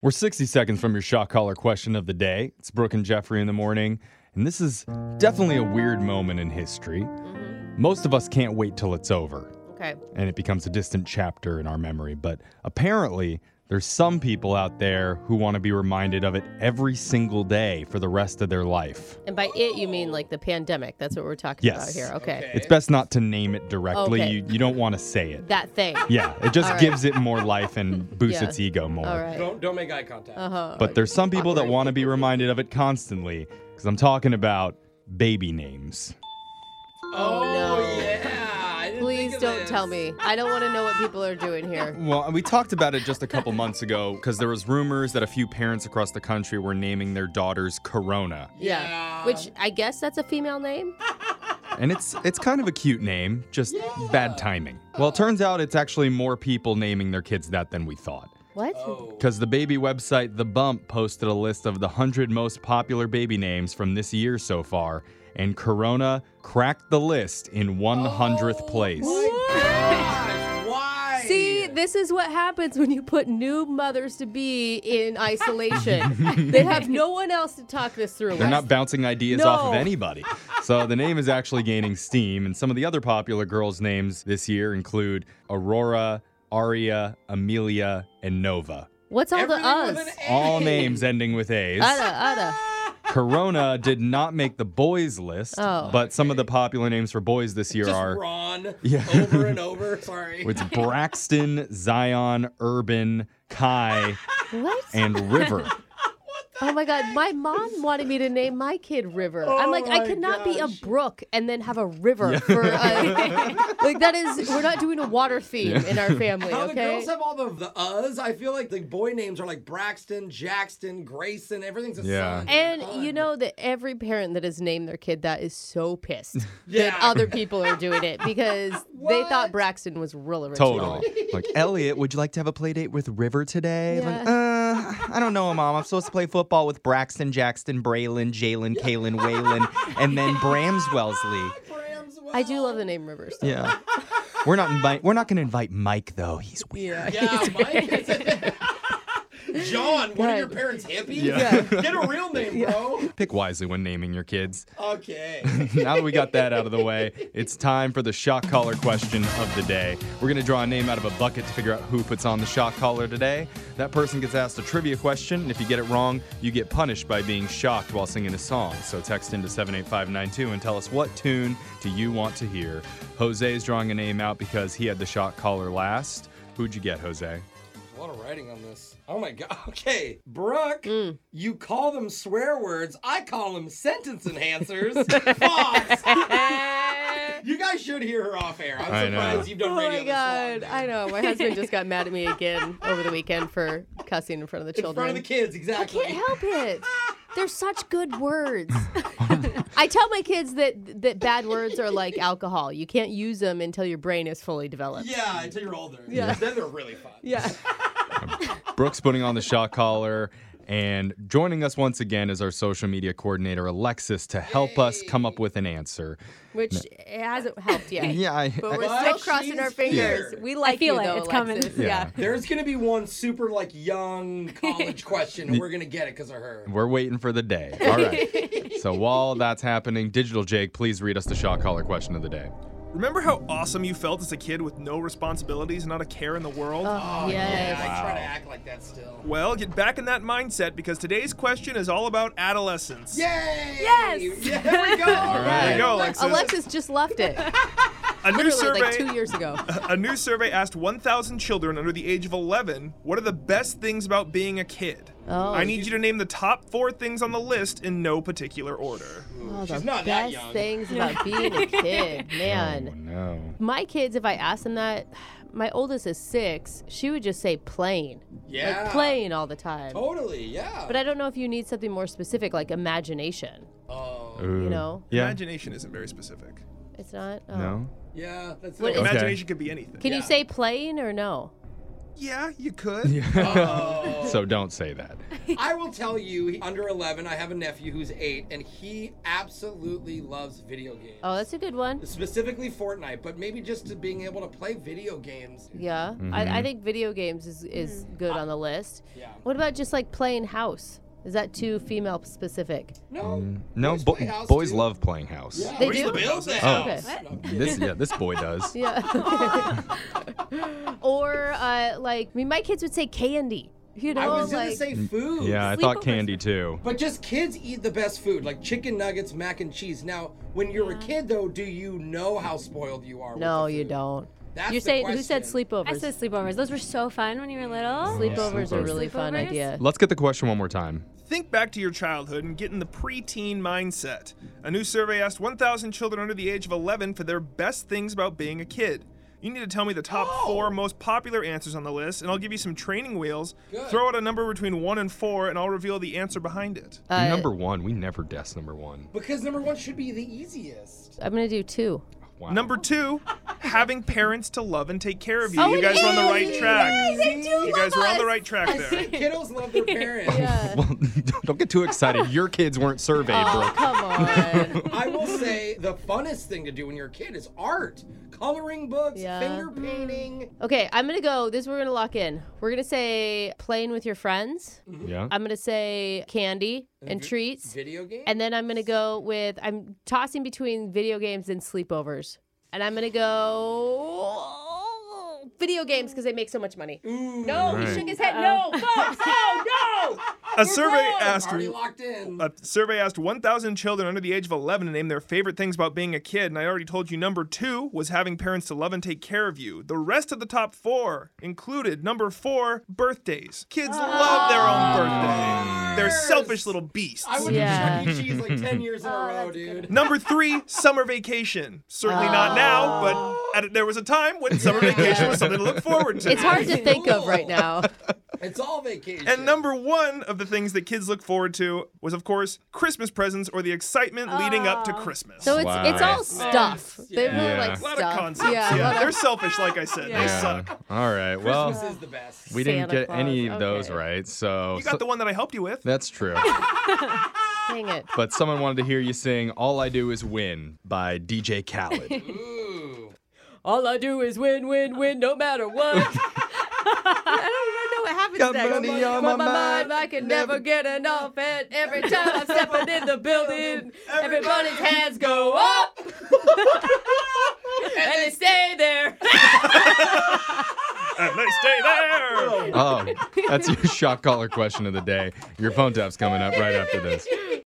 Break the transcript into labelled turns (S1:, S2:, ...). S1: We're 60 seconds from your shot caller question of the day. It's Brooke and Jeffrey in the morning, and this is definitely a weird moment in history.
S2: Mm-hmm.
S1: Most of us can't wait till it's over
S2: Okay.
S1: and it becomes a distant chapter in our memory, but apparently there's some people out there who want to be reminded of it every single day for the rest of their life.
S2: And by it, you mean like the pandemic. That's what we're talking
S1: Yes.
S2: about here. Okay.
S1: It's best not to name it directly.
S2: Okay.
S1: You you don't want to say it.
S2: That thing.
S1: Yeah, it just
S2: All right.
S1: gives it more life and boosts
S2: Yeah.
S1: its ego more.
S2: All right.
S3: Don't don't make eye contact.
S2: Uh-huh.
S1: But there's some people that want to be reminded of it constantly because I'm talking about baby names.
S3: Oh,
S2: no.
S3: yeah. I didn't think
S2: Please
S3: of
S2: don't
S3: this.
S2: tell me. I don't want to know what people are doing here.
S1: Well, we talked about it just a couple months ago because there was rumors that a few parents across the country were naming their daughters Corona,
S2: Yeah.
S3: Yeah.
S2: Which I guess that's a female name.
S1: and it's it's kind of a cute name, just bad timing. Well, it turns out it's actually more people naming their kids that than we thought.
S2: What?
S3: Oh.
S1: Because the baby website The Bump posted a list of the 100 most popular baby names from this year so far, and Corona cracked the list in 100th place.
S3: Gosh, why?
S2: See, this is what happens when you put new mothers to be in isolation. they have no one else to talk this through
S1: They're
S2: with.
S1: not bouncing ideas off of
S2: No.
S1: anybody. So the name is actually gaining steam, and some of the other popular girls' names this year include Aurora, Aria, Amelia, and Nova.
S2: What's all
S3: Everything
S2: the
S3: with
S2: us?
S3: an A.
S1: All names ending with A's.
S2: Ada, Ada.
S1: Corona did not make the boys list,
S2: Oh.
S1: but some of the popular names for boys this year
S3: Just
S1: are
S3: Ron.
S1: Yeah.
S3: Over and over. Sorry.
S1: It's Braxton, Zion, Urban, Kai,
S2: What?
S1: and River.
S2: Oh my God, my mom wanted me to name my kid River. I'm like, I
S3: Oh my
S2: could not be a
S3: gosh.
S2: brook and then have a river for a, like that is we're not doing a water theme in our family,
S3: How the
S2: okay?
S3: girls have all the, the uhs. I feel like the boy names are like Braxton, Jackson, Grayson. Everything's a
S1: Yeah.
S3: son.
S2: and you know that every parent that has named their kid that is so pissed
S3: Yeah.
S2: that other people are doing it because they thought
S3: What?
S2: Braxton was real original.
S1: Totally. Like, Elliot, would you like to have a play date with River today? Like,
S2: Yeah.
S1: uh, I don't know, Mom. I'm supposed to play football with Braxton, Jackson, Braylon, Jalen, Kalen, Waylon, and then Brams Wellesley.
S3: Grams well.
S2: I do love the name Rivers. though.
S1: Yeah. We're not invite we're not gonna invite Mike though. He's weird.
S3: Yeah, Mike. John, what are your
S2: Good.
S3: parents hippies?
S1: Yeah.
S3: Get a real name, bro.
S1: Pick wisely when naming your kids.
S3: Okay.
S1: now that we got that out of the way, it's time for the shock collar question of the day. We're going to draw a name out of a bucket to figure out who puts on the shock collar today. That person gets asked a trivia question, and if you get it wrong, you get punished by being shocked while singing a song. So text into 78592 and tell us what tune do you want to hear. Jose is drawing a name out because he had the shock collar last. Who'd you get, Jose?
S3: A lot of writing on this. Oh my god. Okay, Brooke,
S2: Mm.
S3: you call them swear words. I call them sentence enhancers. Fox. you guys should hear her off air. I'm
S1: I
S3: surprised
S1: know.
S3: you've done
S2: Oh
S3: radio
S2: my god,
S3: this long.
S2: I know. My husband just got mad at me again over the weekend for cussing in front of the
S3: In
S2: children.
S3: front of the kids, exactly.
S2: Can't help it. They're such good words. I tell my kids that that bad words are like alcohol. You can't use them until your brain is fully developed.
S3: Yeah, until you're older.
S2: Yeah.
S3: Then they're really fun.
S2: Yeah.
S1: Brooks putting on the shock collar. And joining us once again is our social media coordinator, Alexis, to help us come up with an answer.
S2: Which it hasn't helped yet.
S1: Yeah, I,
S2: But we're
S3: But
S2: still crossing
S3: she's
S2: our fingers.
S3: here.
S2: We like
S4: I feel
S2: you
S4: it.
S2: though,
S4: It's coming.
S2: Alexis.
S4: Yeah.
S3: There's gonna be one super like young college question, and we're gonna get it because of her.
S1: We're waiting for the day. All right. so while that's happening, Digital Jake, please read us the shock collar question of the day.
S5: Remember how awesome you felt as a kid with no responsibilities, not a care in the world?
S2: Oh,
S3: I
S2: yes.
S3: try to act like that still.
S5: Well, get back in that mindset because today's question is all about adolescence.
S3: Yay!
S4: Yes!
S3: Yeah, there we go. All
S5: There you
S1: right.
S5: go, Alexis.
S2: Alexis just left it
S5: a new
S2: literally
S5: survey.
S2: like two years ago.
S5: A new survey asked 1,000 children under the age of 11 what are the best things about being a kid.
S2: Oh.
S5: I need you to name the top four things on the list in no particular order.
S2: Oh, the
S3: She's not that
S2: best
S3: young.
S2: things about being a kid, man.
S1: Oh, no.
S2: My kids, if I asked them that, my oldest is six. She would just say playing,
S3: Yeah.
S2: like playing all the time.
S3: Totally, yeah.
S2: But I don't know if you need something more specific, like imagination.
S3: Oh,
S2: You know,
S1: Yeah.
S5: Imagination isn't very specific.
S2: it's not. Oh.
S1: No.
S3: yeah. That's
S2: What
S3: it.
S2: is-
S5: Imagination could be anything.
S2: Can you
S3: Yeah.
S2: say playing or no?
S5: Yeah, you could.
S3: Oh.
S1: so don't say that.
S3: I will tell you, he- under 11, I have a nephew who's eight, and he absolutely loves video games.
S2: Oh, that's a good one.
S3: Specifically Fortnite, but maybe just to being able to play video games.
S2: Yeah,
S5: Mm-hmm.
S2: I, I think video games is, is good on the list.
S3: Mm-hmm. Yeah.
S2: What about just like playing house? Is that too female specific?
S3: No.
S1: Mm. No,
S3: boys,
S1: bo-
S3: play house,
S1: boys
S3: dude.
S1: love playing house.
S3: Yeah.
S2: They
S3: Boys
S2: do?
S3: love Build the
S2: house.
S3: house.
S2: Okay.
S3: No, I'm kidding.
S1: This yeah, this boy does.
S2: Yeah. or uh, like, I mean, my kids would say candy. You know,
S3: I was
S2: like
S3: gonna say food.
S1: Mm, Yeah, I thought
S4: Sleepovers.
S1: candy too.
S3: But just kids eat the best food, like chicken nuggets, mac and cheese. Now, when you're a kid, though, do you know how spoiled you are? with
S2: no,
S3: the
S2: you
S3: food?
S2: don't.
S3: That's
S2: You're
S3: the
S2: saying who said
S3: question.
S2: sleepovers?
S4: I said sleepovers. Those were so fun when you were little.
S2: sleepovers are a really fun
S4: Sleepovers?
S2: idea.
S1: Let's get the question one more time.
S5: Think back to your childhood and get in the preteen mindset. A new survey asked 1,000 children under the age of 11 for their best things about being a kid. You need to tell me the top four most popular answers on the list, and I'll give you some training wheels. Throw out a number between one and four, and I'll reveal the answer behind it.
S1: number one, we never guess number one.
S3: Because number one should be the easiest.
S2: I'm gonna do two.
S1: Wow.
S5: Number two, having parents to love and take care of you.
S2: Oh,
S5: you guys were on the
S2: yeah,
S5: right
S2: yeah,
S5: track.
S2: they do
S5: you guys
S2: love
S5: were on the
S2: us.
S5: right track there.
S3: Kiddos love their parents.
S1: well, don't get too excited. Your kids weren't surveyed,
S2: Oh,
S1: Brooke.
S2: come on.
S3: I will say the funnest thing to do when you're a kid is art, coloring books,
S2: Yeah. Mm.
S3: finger painting.
S2: okay, I'm gonna go. This we're gonna lock in. We're gonna say playing with your friends.
S5: Mm-hmm.
S1: Yeah.
S2: I'm gonna say candy and treats.
S3: Video games?
S2: And then I'm gonna go with I'm tossing between video games and sleepovers. And I'm gonna go video games because they make so much money. No, he
S1: Right.
S2: shook his head. No, folks, no, no.
S5: A survey asked
S3: Already Oh, locked in.
S5: A survey asked 1,000 children under the age of 11 to name their favorite things about being a kid, and I already told you number two was having parents to love and take care of you. The rest of the top four included number four, birthdays. Kids love their own birthday. They're selfish little beasts.
S3: I went
S2: Yeah. Oh,
S3: to Chuck E. Cheese like 10 years in a row, dude.
S5: Number three, summer vacation. Certainly not now, but at, there was a time when summer vacation was something to look forward to.
S2: It's hard to think of right now.
S3: It's all vacation.
S5: And number one of the things that kids look forward to was, of course, Christmas presents or the excitement leading up to Christmas.
S2: Oh. So it's it's all
S1: Wow.
S2: stuff. They really
S1: Yeah.
S2: like
S5: a lot
S2: stuff.
S5: of concepts.
S2: Yeah,
S5: Yeah,
S2: a lot of-
S5: they're selfish, like I said. They
S1: Yeah.
S5: suck.
S1: All right.
S3: Christmas
S1: Well,
S3: is the best.
S1: we didn't
S2: Santa
S1: get any
S2: Claus,
S1: of those
S2: okay.
S1: right, so,
S5: You got
S1: so-
S5: the one that I helped you with.
S1: that's true.
S2: dang it.
S1: but someone wanted to hear you sing "All I Do Is Win" by DJ Khaled.
S3: Ooh.
S2: All I do is win, win, win, no matter what. I don't even know what happens
S1: Got
S2: next.
S1: money on
S2: But
S1: my mind,
S2: I can never get enough. And every time I'm stepping in the building, everybody's hands go up. and they stay there.
S5: And they stay Uh, there.
S1: Um, oh, that's your shock collar question of the day. Your phone tap's coming up right after this.